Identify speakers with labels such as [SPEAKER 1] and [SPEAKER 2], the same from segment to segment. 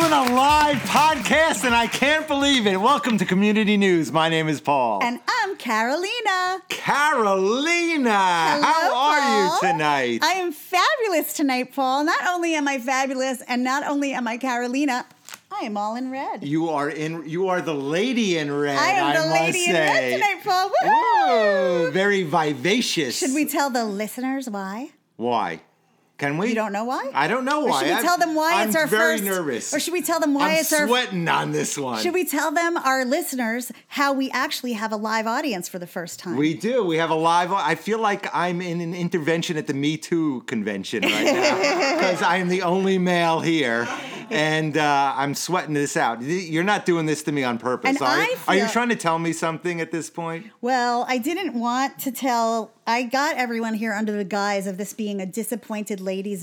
[SPEAKER 1] on a live podcast, and I can't believe it. Welcome to Community News. My name is Paul.
[SPEAKER 2] And I'm Carolina.
[SPEAKER 1] Carolina, how
[SPEAKER 2] Hello,
[SPEAKER 1] are
[SPEAKER 2] Paul.
[SPEAKER 1] you tonight?
[SPEAKER 2] I am fabulous tonight, Paul. Not only am I fabulous and not only am I Carolina, I am all in red.
[SPEAKER 1] you are in. You are the lady in red.
[SPEAKER 2] I
[SPEAKER 1] I,
[SPEAKER 2] am the
[SPEAKER 1] must
[SPEAKER 2] lady
[SPEAKER 1] say.
[SPEAKER 2] in red tonight, Paul.
[SPEAKER 1] Ooh,
[SPEAKER 2] Woo!
[SPEAKER 1] very vivacious.
[SPEAKER 2] Should we tell the listeners why?
[SPEAKER 1] Why? Can we?
[SPEAKER 2] You don't know why?
[SPEAKER 1] I don't know
[SPEAKER 2] Or
[SPEAKER 1] why.
[SPEAKER 2] should we
[SPEAKER 1] I'm-
[SPEAKER 2] tell them why
[SPEAKER 1] I'm
[SPEAKER 2] it's our
[SPEAKER 1] very
[SPEAKER 2] first?
[SPEAKER 1] nervous.
[SPEAKER 2] Or should we tell them why
[SPEAKER 1] I'm
[SPEAKER 2] it's our?
[SPEAKER 1] sweating on this one.
[SPEAKER 2] Should we tell them our listeners how we actually have a live audience for the first time?
[SPEAKER 1] We do. We have a live. I feel like I'm in an intervention at the Me Too convention right now because I'm the only male here, and uh, I'm sweating this out. Y- You're not doing this to me on purpose,
[SPEAKER 2] And
[SPEAKER 1] are you?
[SPEAKER 2] I
[SPEAKER 1] Are you
[SPEAKER 2] feel-
[SPEAKER 1] trying to tell me something at this point?
[SPEAKER 2] Well, I didn't want to tell. I got everyone here under the guise of this being a disappointed ladies'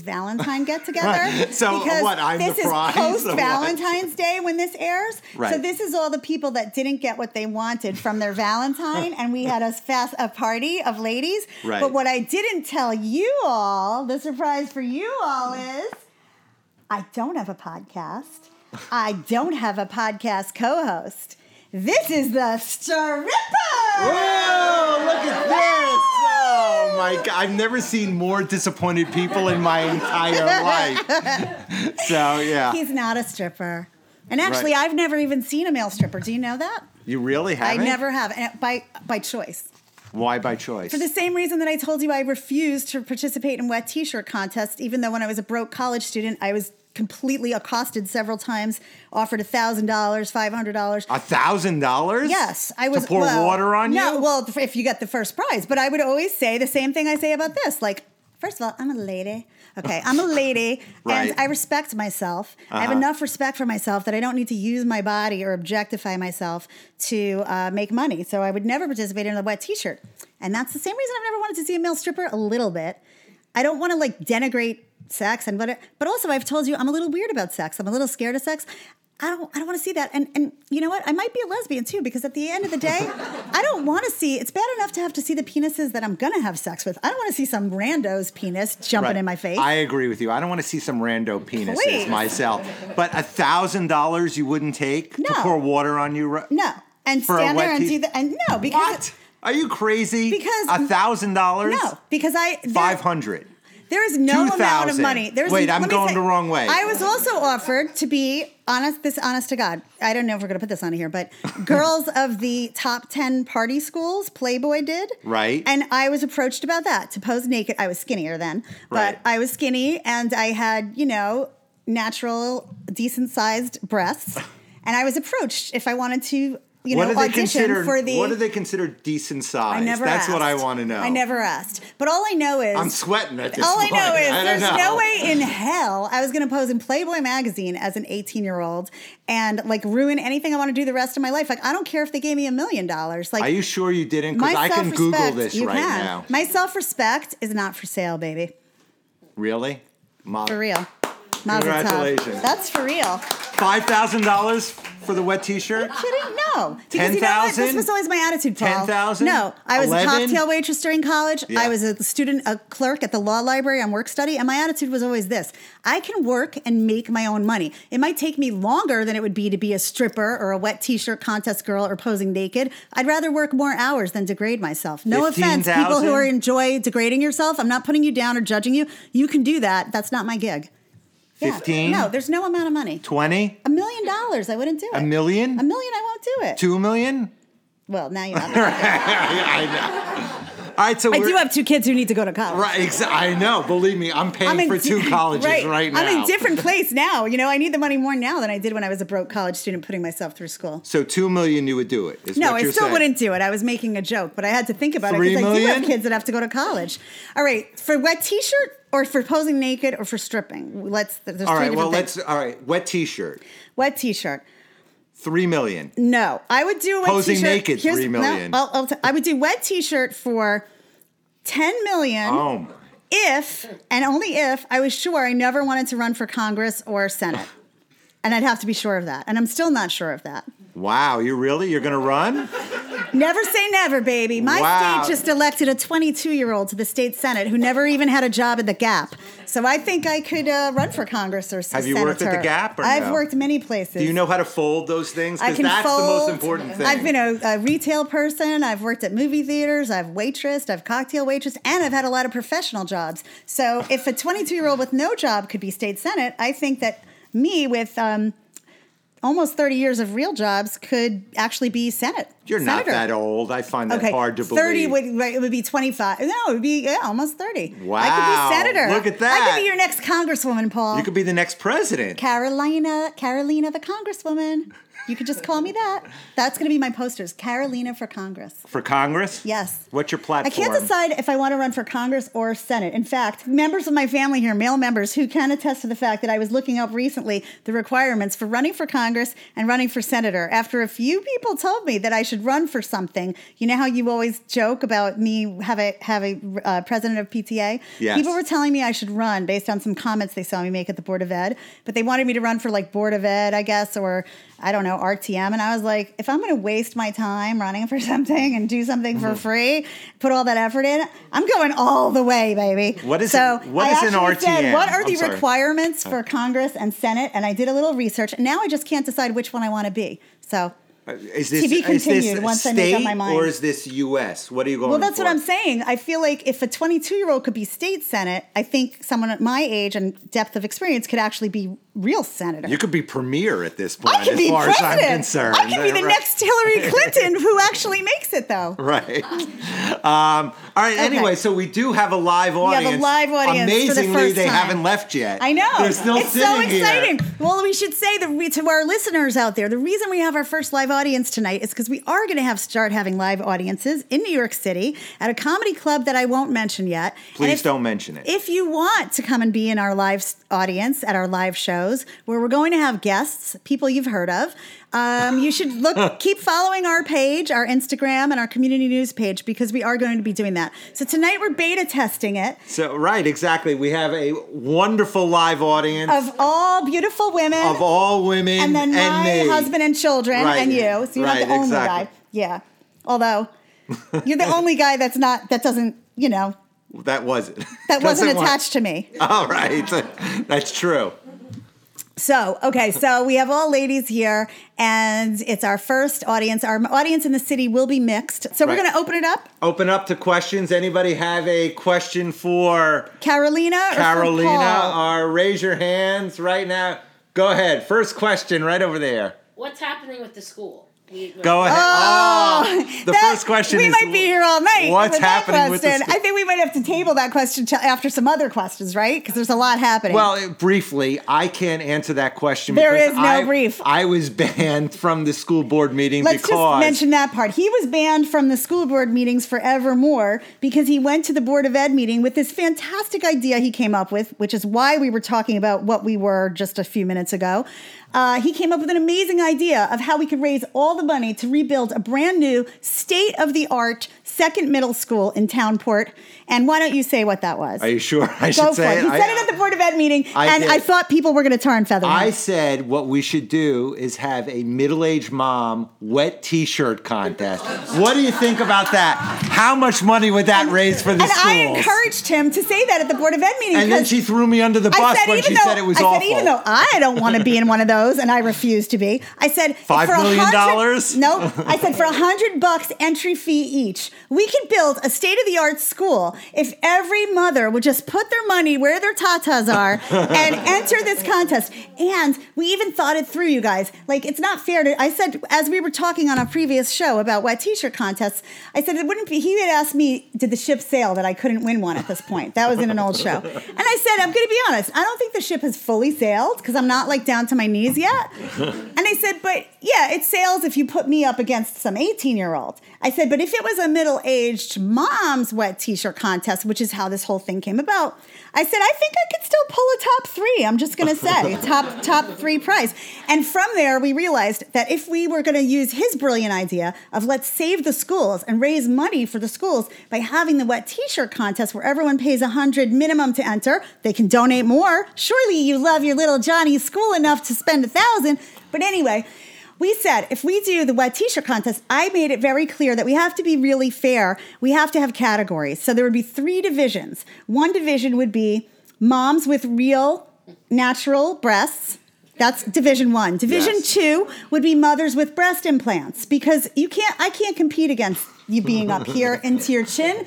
[SPEAKER 2] Valentine get together.
[SPEAKER 1] Right. So
[SPEAKER 2] because
[SPEAKER 1] what, I'm the
[SPEAKER 2] this
[SPEAKER 1] prize,
[SPEAKER 2] is
[SPEAKER 1] or what?
[SPEAKER 2] post Valentine's Day when this airs. So
[SPEAKER 1] Right.
[SPEAKER 2] this is all the people that didn't get what they wanted from their Valentine, and we had a fast a party of ladies.
[SPEAKER 1] Right.
[SPEAKER 2] But what I didn't tell you all, the surprise for you all is, I don't have a podcast. I don't have a podcast co-host. This is the stripper.
[SPEAKER 1] Whoa! Look at this! Oh my god! I've never seen more disappointed people in my entire life. So yeah,
[SPEAKER 2] He's not a stripper. And actually,
[SPEAKER 1] Right.
[SPEAKER 2] I've never even seen a male stripper. Do you know that?
[SPEAKER 1] you really
[SPEAKER 2] I
[SPEAKER 1] haven't.
[SPEAKER 2] never have, and by by choice.
[SPEAKER 1] Why by choice?
[SPEAKER 2] For the same reason that I told you I refused to participate in wet t-shirt contests, even though when I was a broke college student, I was completely accosted several times, offered thousand dollars, five hundred dollars.
[SPEAKER 1] A thousand dollars?
[SPEAKER 2] Yes, I was
[SPEAKER 1] to pour
[SPEAKER 2] well,
[SPEAKER 1] water on
[SPEAKER 2] no,
[SPEAKER 1] you.
[SPEAKER 2] well, if- if you get the first prize, but I would always say the same thing I say about this. Like, first of all, I'm a lady. Okay, I'm a lady,
[SPEAKER 1] Right. Uh-huh.
[SPEAKER 2] and I respect myself. I have enough respect for myself that I don't need to use my body or objectify myself to uh, make money. So I would never participate in a wet T-shirt, and that's the same reason I've never wanted to see a male stripper. A little bit, I don't want to like denigrate sex and but but also I've told you I'm a little weird about sex. I'm a little scared of sex. I don't I don't want to see that. And and you know what? I might be a lesbian too because at the end of the day, I don't want to see. It's bad enough to have to see the penises that I'm gonna have sex with. I don't want to see some rando's penis jumping
[SPEAKER 1] Right.
[SPEAKER 2] in my face.
[SPEAKER 1] I agree with you. I don't want to see some rando penises
[SPEAKER 2] Please.
[SPEAKER 1] myself. But a thousand dollars you wouldn't take to
[SPEAKER 2] No.
[SPEAKER 1] pour water on you? ri-
[SPEAKER 2] no, and
[SPEAKER 1] For a
[SPEAKER 2] stand there
[SPEAKER 1] wet
[SPEAKER 2] and
[SPEAKER 1] t-
[SPEAKER 2] do that. And no, because
[SPEAKER 1] What? Are you crazy?
[SPEAKER 2] Because-
[SPEAKER 1] a thousand dollars?
[SPEAKER 2] no, because I there-
[SPEAKER 1] Five hundred.
[SPEAKER 2] There is no amount of
[SPEAKER 1] 2,000.
[SPEAKER 2] money. There's
[SPEAKER 1] Wait, I'm
[SPEAKER 2] let me
[SPEAKER 1] going
[SPEAKER 2] say-
[SPEAKER 1] the wrong way.
[SPEAKER 2] I was also offered to be honest. This honest to God, I don't know if we're going to put this on here, but girls of the top ten party schools, Playboy did
[SPEAKER 1] Right.
[SPEAKER 2] and I was approached about that to pose naked. I was skinnier then, but
[SPEAKER 1] Right.
[SPEAKER 2] I was skinny and I had you know natural, decent sized breasts, and I was approached if I wanted to. You
[SPEAKER 1] what
[SPEAKER 2] know,
[SPEAKER 1] do they
[SPEAKER 2] audition
[SPEAKER 1] consider?
[SPEAKER 2] for the
[SPEAKER 1] what do they consider decent size?
[SPEAKER 2] I never
[SPEAKER 1] That's what I
[SPEAKER 2] asked.
[SPEAKER 1] want to know.
[SPEAKER 2] I never asked. But all I know is
[SPEAKER 1] I'm sweating at this
[SPEAKER 2] all I
[SPEAKER 1] point.
[SPEAKER 2] know is
[SPEAKER 1] don't
[SPEAKER 2] there's
[SPEAKER 1] know.
[SPEAKER 2] no way in hell I was going to pose in Playboy magazine as an 18 year old and like ruin anything I want to do the rest of my life. Like I don't care if they gave me a million dollars. Like
[SPEAKER 1] Are you sure you didn't?
[SPEAKER 2] my
[SPEAKER 1] Because I can
[SPEAKER 2] self-respect,
[SPEAKER 1] Google this
[SPEAKER 2] you
[SPEAKER 1] right
[SPEAKER 2] can.
[SPEAKER 1] now.
[SPEAKER 2] My self respect is not for sale, baby.
[SPEAKER 1] Really? Mo-
[SPEAKER 2] For real. Mazel tov.
[SPEAKER 1] Congratulations.
[SPEAKER 2] That's for real.
[SPEAKER 1] Five thousand dollars for the wet T-shirt?
[SPEAKER 2] kidding? No. Because you know what?
[SPEAKER 1] 10,000?
[SPEAKER 2] This was always my attitude, Paul.
[SPEAKER 1] 10,000?
[SPEAKER 2] No. I was
[SPEAKER 1] 11?
[SPEAKER 2] a cocktail waitress during college.
[SPEAKER 1] Yeah.
[SPEAKER 2] I was a student, a clerk at the law library on work study. And my attitude was always this I can work and make my own money. It might take me longer than it would be to be a stripper or a wet t shirt contest girl or posing naked. I'd rather work more hours than degrade myself. No offense,
[SPEAKER 1] 15,000?
[SPEAKER 2] people who are enjoy degrading yourself. I'm not putting you down or judging you. You can do that. That's not my gig. Yeah.
[SPEAKER 1] 15?
[SPEAKER 2] No, there's no amount of money.
[SPEAKER 1] Twenty?
[SPEAKER 2] A million dollars, I wouldn't do it.
[SPEAKER 1] A million?
[SPEAKER 2] A million, I won't do it.
[SPEAKER 1] Two million?
[SPEAKER 2] Well, now you're not.
[SPEAKER 1] I know. All right, so
[SPEAKER 2] I
[SPEAKER 1] we're,
[SPEAKER 2] do have two kids who need to go to college.
[SPEAKER 1] Right, ex- I know. Believe me, I'm paying for two colleges right, now.
[SPEAKER 2] I'm in different place now. You know, I need the money more now than I did when I was a broke college student putting myself through school.
[SPEAKER 1] So two million, you would do it? Is
[SPEAKER 2] No,
[SPEAKER 1] what
[SPEAKER 2] I
[SPEAKER 1] you're
[SPEAKER 2] still
[SPEAKER 1] saying.
[SPEAKER 2] wouldn't do it. I was making a joke, but I had to think about
[SPEAKER 1] Three
[SPEAKER 2] it because I do
[SPEAKER 1] million?
[SPEAKER 2] have kids that have to go to college. All right, for wet t-shirt or for posing naked or for stripping. Let's. There's
[SPEAKER 1] All
[SPEAKER 2] three
[SPEAKER 1] right,
[SPEAKER 2] different
[SPEAKER 1] well,
[SPEAKER 2] things.
[SPEAKER 1] let's. All right, wet T-shirt,
[SPEAKER 2] Wet t-shirt.
[SPEAKER 1] three million.
[SPEAKER 2] No, I would do a wet
[SPEAKER 1] Posing
[SPEAKER 2] t-shirt.
[SPEAKER 1] naked, three million.
[SPEAKER 2] No, I'll, I'll t- i would do wet t-shirt for ten million.
[SPEAKER 1] Oh, my-
[SPEAKER 2] if and only if I was sure I never wanted to run for Congress or Senate. and I'd have to be sure of that. And I'm still not sure of that.
[SPEAKER 1] wow! You really? You're gonna run?
[SPEAKER 2] Never say never, baby. My
[SPEAKER 1] Wow.
[SPEAKER 2] state just elected a 22 year old to the state senate who never even had a job at the Gap. So I think I could uh, run for Congress or s-
[SPEAKER 1] Have
[SPEAKER 2] senator.
[SPEAKER 1] you worked at the Gap or
[SPEAKER 2] I've
[SPEAKER 1] no?
[SPEAKER 2] worked many places.
[SPEAKER 1] Do you know how to fold those things?
[SPEAKER 2] I
[SPEAKER 1] Because
[SPEAKER 2] can
[SPEAKER 1] that's
[SPEAKER 2] fold.
[SPEAKER 1] the most important thing.
[SPEAKER 2] I've been a, a retail person. I've worked at movie theaters. I've waitressed. I've cocktail waitressed, and I've had a lot of professional jobs. So if a 22 year old with no job could be state senate, I think that me with um, almost 30 years of real jobs could actually be senate.
[SPEAKER 1] You're not
[SPEAKER 2] senator.
[SPEAKER 1] that old. I find that
[SPEAKER 2] Okay,
[SPEAKER 1] hard to believe.
[SPEAKER 2] 30 would right, it would be 25. No, it would be yeah, almost 30.
[SPEAKER 1] Wow,
[SPEAKER 2] I could be senator.
[SPEAKER 1] look at
[SPEAKER 2] I
[SPEAKER 1] that.
[SPEAKER 2] could be your next congresswoman, Paul.
[SPEAKER 1] you could be the next president.
[SPEAKER 2] Carolina, Carolina the Congresswoman. You could just call me that. That's going to be my posters. Carolina for Congress.
[SPEAKER 1] For Congress?
[SPEAKER 2] Yes.
[SPEAKER 1] What's your
[SPEAKER 2] I
[SPEAKER 1] platform?
[SPEAKER 2] can't decide if I want to run for Congress or Senate. In fact, members of my family here, male members, who can attest to the fact that I was looking up recently the requirements for running for Congress and running for Senator after a few people told me that I should run for something. You know how you always joke about me have a have a uh, president of PTA.
[SPEAKER 1] Yes.
[SPEAKER 2] People were telling me I should run based on some comments they saw me make at the Board of Ed, but they wanted me to run for like Board of Ed, I guess, or I don't know, RTM. And I was like, if I'm going to waste my time running for something and do something for
[SPEAKER 1] Mm-hmm.
[SPEAKER 2] free, put all that effort in, I'm going all the way, baby.
[SPEAKER 1] What is
[SPEAKER 2] so
[SPEAKER 1] it- what
[SPEAKER 2] I
[SPEAKER 1] is an
[SPEAKER 2] actually said,
[SPEAKER 1] RTM?
[SPEAKER 2] what are
[SPEAKER 1] I'm
[SPEAKER 2] the
[SPEAKER 1] sorry. Oh.
[SPEAKER 2] requirements for Congress and Senate? And I did a little research, and now I just can't decide which one I want to be. So
[SPEAKER 1] Is this,
[SPEAKER 2] To be
[SPEAKER 1] is this
[SPEAKER 2] continued once
[SPEAKER 1] state
[SPEAKER 2] I make up my mind.
[SPEAKER 1] or is this U.S.? What are you going
[SPEAKER 2] Well, that's
[SPEAKER 1] for?
[SPEAKER 2] what I'm saying. I feel like if a 22 year old could be state senate, I think someone at my age and depth of experience could actually be real senator.
[SPEAKER 1] You could be premier at this point,
[SPEAKER 2] I could
[SPEAKER 1] as
[SPEAKER 2] be
[SPEAKER 1] far
[SPEAKER 2] president.
[SPEAKER 1] as I'm concerned.
[SPEAKER 2] I could be the
[SPEAKER 1] Right.
[SPEAKER 2] next Hillary Clinton who actually makes it, though.
[SPEAKER 1] Right. Um, all right. Anyway, so we do have a live
[SPEAKER 2] have
[SPEAKER 1] audience.
[SPEAKER 2] a live audience for the
[SPEAKER 1] Amazingly,
[SPEAKER 2] first
[SPEAKER 1] they
[SPEAKER 2] time.
[SPEAKER 1] haven't left yet.
[SPEAKER 2] I know.
[SPEAKER 1] They're still
[SPEAKER 2] it's
[SPEAKER 1] sitting
[SPEAKER 2] so
[SPEAKER 1] here.
[SPEAKER 2] exciting. Well, we should say the re- to our listeners out there, the reason we have our first live audience tonight is because we are going to have start having live audiences in New York City at a comedy club that I won't mention yet. And
[SPEAKER 1] Please
[SPEAKER 2] if-
[SPEAKER 1] don't mention it.
[SPEAKER 2] If you want to come and be in our live s- audience at our live shows, where we're going to have guests, people you've heard of, um, you should look, keep following our page, our Instagram, and our community news page because we are going to be doing that. So tonight we're beta testing it
[SPEAKER 1] So right, exactly. We have a wonderful live audience
[SPEAKER 2] of all beautiful women,
[SPEAKER 1] of all women
[SPEAKER 2] and then my
[SPEAKER 1] me.
[SPEAKER 2] husband and children,
[SPEAKER 1] Right,
[SPEAKER 2] and you. So you're
[SPEAKER 1] right,
[SPEAKER 2] not the only
[SPEAKER 1] exactly.
[SPEAKER 2] guy. Yeah. Although you're the only guy that's not that doesn't you know
[SPEAKER 1] That wasn't.
[SPEAKER 2] that wasn't
[SPEAKER 1] Doesn't want-
[SPEAKER 2] attached to me.
[SPEAKER 1] All right, that's true.
[SPEAKER 2] So, okay, so we have all ladies here, and it's our first audience. Our audience in the city will be mixed. So, we're
[SPEAKER 1] Right.
[SPEAKER 2] going to open it up.
[SPEAKER 1] Open up to questions. Anybody have a question for
[SPEAKER 2] Carolina or for
[SPEAKER 1] Carolina? uh,
[SPEAKER 2] Paul?
[SPEAKER 1] Or raise your hands right now. Go ahead. First question, right over there.
[SPEAKER 3] What's happening with the school? We, we're-
[SPEAKER 1] Go ahead. Oh, the
[SPEAKER 2] That-
[SPEAKER 1] first question
[SPEAKER 2] we
[SPEAKER 1] is
[SPEAKER 2] might be here all night.
[SPEAKER 1] what's
[SPEAKER 2] with that
[SPEAKER 1] happening with the
[SPEAKER 2] question.
[SPEAKER 1] sch-
[SPEAKER 2] I think we might have to table that question till after some other questions, right? Because there's a lot happening.
[SPEAKER 1] Well, it- briefly, I can't answer that question.
[SPEAKER 2] There
[SPEAKER 1] because
[SPEAKER 2] is no
[SPEAKER 1] I,
[SPEAKER 2] brief.
[SPEAKER 1] I was banned from the school board meeting
[SPEAKER 2] Let's
[SPEAKER 1] because
[SPEAKER 2] just mention that part. He was banned from the school board meetings forevermore because he went to the Board of Ed meeting with this fantastic idea he came up with, which is why we were talking about what we were just a few minutes ago. Uh, he came up with an amazing idea of how we could raise all the money to rebuild a brand new state of the art second middle school in Townport. And why don't you say what that was?
[SPEAKER 1] Are you sure I should
[SPEAKER 2] Go for
[SPEAKER 1] say
[SPEAKER 2] it. He
[SPEAKER 1] I-
[SPEAKER 2] said it at the Board of Ed meeting,
[SPEAKER 1] I
[SPEAKER 2] and
[SPEAKER 1] did.
[SPEAKER 2] I thought people were going to tar and feather him.
[SPEAKER 1] I said what we should do is have a middle-aged mom wet T-shirt contest. what do you think about that? How much money would that raise for the
[SPEAKER 2] and I
[SPEAKER 1] schools?
[SPEAKER 2] encouraged him to say that at the Board of Ed meeting.
[SPEAKER 1] and then
[SPEAKER 2] because-
[SPEAKER 1] she threw me under the
[SPEAKER 2] I
[SPEAKER 1] bus
[SPEAKER 2] said,
[SPEAKER 1] when
[SPEAKER 2] even
[SPEAKER 1] she
[SPEAKER 2] though,
[SPEAKER 1] said it was
[SPEAKER 2] I
[SPEAKER 1] awful.
[SPEAKER 2] said, even though I don't want to be in one of those, and I refuse to be, I said,
[SPEAKER 1] Five
[SPEAKER 2] for a
[SPEAKER 1] million
[SPEAKER 2] hundred-
[SPEAKER 1] dollars?
[SPEAKER 2] No, I said, for a hundred bucks entry fee each, we could build a state of the art school if every mother would just put their money where their tatas are and enter this contest. And we even thought it through, you guys. Like, it's not fair to, I said, as we were talking on a previous show about wet t shirt contests, I said, it wouldn't be, he had asked me, did the ship sail that I couldn't win one at this point? That was in an old show. And I said, I'm going to be honest, I don't think the ship has fully sailed because I'm not like down to my knees yet. And I said, but yeah, it sails if you put me up against some 18 year old. I said, but if it was a middle aged mom's wet t shirt contest, which is how this whole thing came about, I said, I think I could still pull a top three. I'm just going to say top, top three prize. And from there, we realized that if we were going to use his brilliant idea of let's save the schools and raise money for the schools by having the wet t shirt contest where everyone pays 100 minimum to enter, they can donate more. Surely you love your little Johnny school enough to spend a thousand. But anyway, we said if we do the wet t-shirt contest, I made it very clear that we have to be really fair. We have to have categories. So there would be three divisions. One division would be moms with real natural breasts. That's division 1. Division
[SPEAKER 1] Yes.
[SPEAKER 2] 2 would be mothers with breast implants because you can't I can't compete against you being up here into your chin.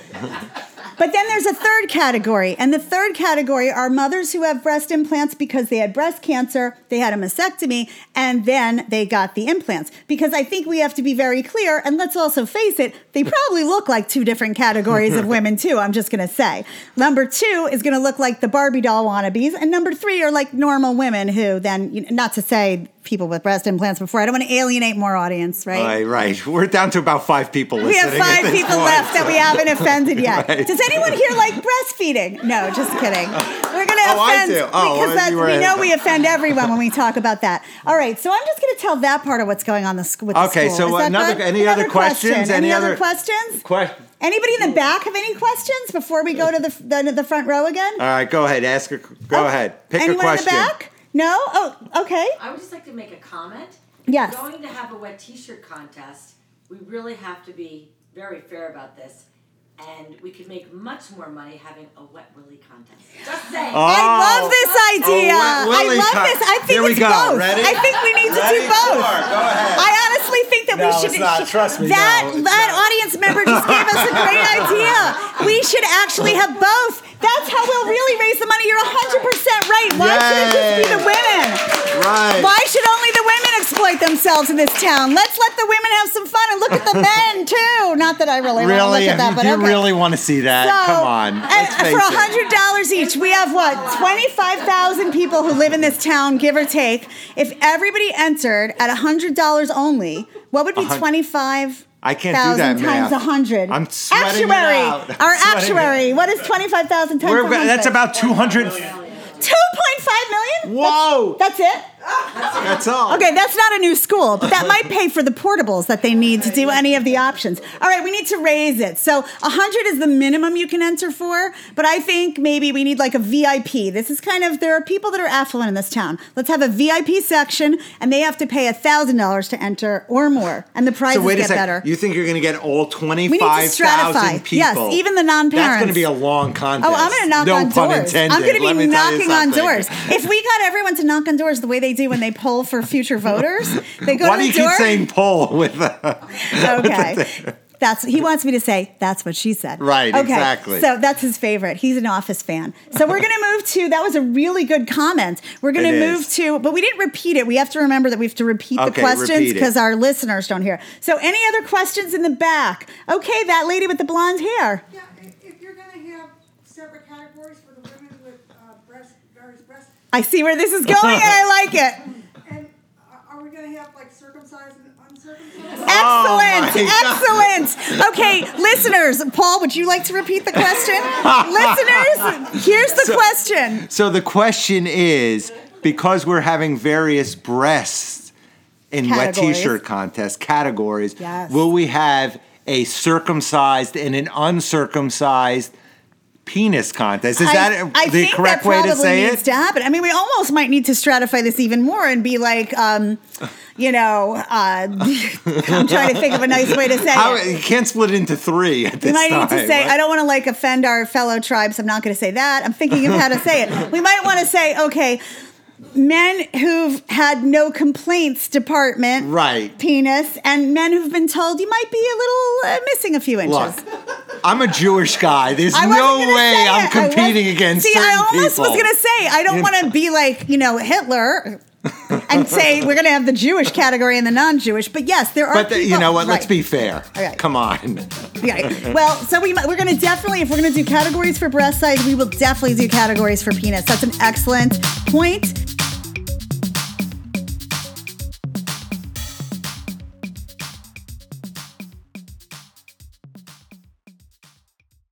[SPEAKER 2] But then there's a third category, and the third category are mothers who have breast implants because they had breast cancer, they had a mastectomy, and then they got the implants. Because I think we have to be very clear, and let's also face it, they probably look like two different categories of women, too. I'm just gonna say. Number two is gonna look like the Barbie doll wannabes, and number three are like normal women who then, you know, not to say people with breast implants before, I don't wanna alienate more audience,
[SPEAKER 1] Right,
[SPEAKER 2] right?
[SPEAKER 1] right. We're down to about five people
[SPEAKER 2] We
[SPEAKER 1] listening.
[SPEAKER 2] have five
[SPEAKER 1] at this
[SPEAKER 2] people
[SPEAKER 1] point.
[SPEAKER 2] left that we haven't offended yet.
[SPEAKER 1] Right.
[SPEAKER 2] Does anyone here like breastfeeding? No, just kidding. We're gonna
[SPEAKER 1] Oh, I
[SPEAKER 2] offend
[SPEAKER 1] do. Oh,
[SPEAKER 2] because
[SPEAKER 1] I-
[SPEAKER 2] that's,
[SPEAKER 1] you were-
[SPEAKER 2] we know we offend everyone when we talk about that. All right, so I'm just gonna tell that part of what's going on the sc- with the
[SPEAKER 1] Okay,
[SPEAKER 2] school.
[SPEAKER 1] so
[SPEAKER 2] Is that
[SPEAKER 1] another-
[SPEAKER 2] good?
[SPEAKER 1] any
[SPEAKER 2] Another
[SPEAKER 1] other questions?
[SPEAKER 2] question.
[SPEAKER 1] Any
[SPEAKER 2] Any, other,
[SPEAKER 1] other-
[SPEAKER 2] questions?
[SPEAKER 1] Que-
[SPEAKER 2] Anybody in the back have any questions before we go to the f- the, the front row again?
[SPEAKER 1] All right, go ahead. Ask her. Go
[SPEAKER 2] Oh,
[SPEAKER 1] ahead. Pick
[SPEAKER 2] anyone
[SPEAKER 1] a question.
[SPEAKER 2] in the back? No. Oh, okay.
[SPEAKER 4] I would just like to make a comment.
[SPEAKER 2] Yes.
[SPEAKER 4] If we're going to have a wet T-shirt contest, we really have to be very fair about this, and we could make much more money having a wet willy contest. Just saying.
[SPEAKER 2] Oh, I love this
[SPEAKER 1] Oh,
[SPEAKER 2] idea.
[SPEAKER 1] Wi- Willy
[SPEAKER 2] I love
[SPEAKER 1] con-
[SPEAKER 2] this. I think
[SPEAKER 1] Here we
[SPEAKER 2] it's
[SPEAKER 1] go.
[SPEAKER 2] both.
[SPEAKER 1] Ready?
[SPEAKER 2] I think we need to do both. I honestly think that we
[SPEAKER 1] No,
[SPEAKER 2] should.
[SPEAKER 1] it's not. Trust me,
[SPEAKER 2] That
[SPEAKER 1] no, it's
[SPEAKER 2] that
[SPEAKER 1] not.
[SPEAKER 2] audience member just gave us a great idea. We should actually have both. That's how we'll really raise the money. You're 100 percent right. Why should it just be
[SPEAKER 1] Yay.
[SPEAKER 2] the women?
[SPEAKER 1] Right.
[SPEAKER 2] Why should only the women exploit themselves in this town? Let's let the women have some fun and look at the men too. Not that I really, want to
[SPEAKER 1] Really?
[SPEAKER 2] look at
[SPEAKER 1] If
[SPEAKER 2] that,
[SPEAKER 1] you
[SPEAKER 2] but
[SPEAKER 1] do
[SPEAKER 2] okay.
[SPEAKER 1] really want to see that?
[SPEAKER 2] So,
[SPEAKER 1] Come on.
[SPEAKER 2] and
[SPEAKER 1] Let's face
[SPEAKER 2] for
[SPEAKER 1] it.
[SPEAKER 2] hundred dollars each, we have what twenty five thousand people who live in this town, give or take. If everybody entered at hundred dollars only, what would be
[SPEAKER 1] hun-
[SPEAKER 2] twenty five?
[SPEAKER 1] I can't do that
[SPEAKER 2] times
[SPEAKER 1] math.
[SPEAKER 2] hundred.
[SPEAKER 1] I'm sweating it
[SPEAKER 2] actuary.
[SPEAKER 1] out. I'm
[SPEAKER 2] Our
[SPEAKER 1] sweating it.
[SPEAKER 2] actuary. What is twenty five thousand times?
[SPEAKER 1] We're, ba- that's
[SPEAKER 2] 100?
[SPEAKER 1] about 200.
[SPEAKER 2] two point five million.
[SPEAKER 1] Whoa.
[SPEAKER 2] That's it.
[SPEAKER 1] That's all.
[SPEAKER 2] Okay, that's not a new school, but that might pay for the portables that they need to do any of the options. All right, we need to raise it. So 100 is the minimum you can enter for, but I think maybe we need like a VIP. This is kind of there are people that are affluent in this town. Let's have a VIP section and they have to pay $1,000 to enter or more and the
[SPEAKER 1] So
[SPEAKER 2] prizes
[SPEAKER 1] wait a
[SPEAKER 2] get
[SPEAKER 1] second.
[SPEAKER 2] better.
[SPEAKER 1] You think you're going to get all
[SPEAKER 2] we need to
[SPEAKER 1] 25,000
[SPEAKER 2] stratify.
[SPEAKER 1] people?
[SPEAKER 2] Yes, even the non-parents.
[SPEAKER 1] That's going to be a long contest.
[SPEAKER 2] Oh, I'm going to knock
[SPEAKER 1] no
[SPEAKER 2] on
[SPEAKER 1] pun
[SPEAKER 2] doors.
[SPEAKER 1] Intended.
[SPEAKER 2] I'm going to
[SPEAKER 1] Let
[SPEAKER 2] be
[SPEAKER 1] me tell you
[SPEAKER 2] knocking on
[SPEAKER 1] something.
[SPEAKER 2] doors. If we got everyone to knock on doors the way they do when they poll for future voters, they go
[SPEAKER 1] Why
[SPEAKER 2] to
[SPEAKER 1] do
[SPEAKER 2] the
[SPEAKER 1] you
[SPEAKER 2] door.
[SPEAKER 1] keep saying poll with uh,
[SPEAKER 2] okay. That's he wants me to say. That's what she said.
[SPEAKER 1] Right,
[SPEAKER 2] Okay.
[SPEAKER 1] exactly.
[SPEAKER 2] So that's his favorite. He's an Office fan. So we're gonna move to. That was a really good comment. We're gonna
[SPEAKER 1] It
[SPEAKER 2] move
[SPEAKER 1] is.
[SPEAKER 2] to. But we didn't repeat it. We have to remember that we have to repeat the
[SPEAKER 1] Okay,
[SPEAKER 2] questions
[SPEAKER 1] repeat it.
[SPEAKER 2] because our listeners don't hear. So any other questions in the back? Okay, that lady with the blonde hair.
[SPEAKER 5] Yeah, i- if you're gonna have separate categories for the women with uh, breast, various breasts,
[SPEAKER 2] I see where this is going, and I like it.
[SPEAKER 5] and uh, are- are we gonna have like circumcised and uncircumcised?
[SPEAKER 2] Excellent.
[SPEAKER 1] Oh my
[SPEAKER 2] excellent. Okay, listeners, Paul, would you like to repeat the question? listeners, here's the question.
[SPEAKER 1] So the question is because we're having various breasts in wet
[SPEAKER 2] Categories.
[SPEAKER 1] t-shirt contest categories,
[SPEAKER 2] Yes.
[SPEAKER 1] will we have a circumcised and an uncircumcised penis contest? Is
[SPEAKER 2] I-
[SPEAKER 1] that
[SPEAKER 2] I
[SPEAKER 1] the
[SPEAKER 2] think
[SPEAKER 1] correct
[SPEAKER 2] that
[SPEAKER 1] way
[SPEAKER 2] probably
[SPEAKER 1] to say
[SPEAKER 2] needs
[SPEAKER 1] it?
[SPEAKER 2] to happen. I mean, we almost might need to stratify this even more and be like, um, you know, uh, I'm trying to think of a nice way to say
[SPEAKER 1] How,
[SPEAKER 2] it.
[SPEAKER 1] you can't split it into three at this
[SPEAKER 2] We might
[SPEAKER 1] time.
[SPEAKER 2] need to say,
[SPEAKER 1] right?
[SPEAKER 2] I don't want to like offend our fellow tribes. I'm not going to say that. I'm thinking of how to say it. We might want to say, okay, men who've had no complaints department,
[SPEAKER 1] Right.
[SPEAKER 2] penis, and men who've been told you might be a little uh, missing a few inches.
[SPEAKER 1] Look, I'm a Jewish guy. There's
[SPEAKER 2] I wasn't
[SPEAKER 1] no
[SPEAKER 2] gonna
[SPEAKER 1] way I'm
[SPEAKER 2] say it. I was-
[SPEAKER 1] competing against
[SPEAKER 2] See, I
[SPEAKER 1] certain
[SPEAKER 2] almost was
[SPEAKER 1] people.
[SPEAKER 2] gonna say I don't want to be like you know Hitler. and say we're going to have the Jewish category and the non-Jewish, but yes, there are.
[SPEAKER 1] But the- you
[SPEAKER 2] people-
[SPEAKER 1] know what? Let's
[SPEAKER 2] Right.
[SPEAKER 1] be fair.
[SPEAKER 2] Okay.
[SPEAKER 1] Come on.
[SPEAKER 2] Right. Well, so we, might- we're going to definitely, if we're going to do categories for breast size, we will definitely do categories for penis. That's an excellent point.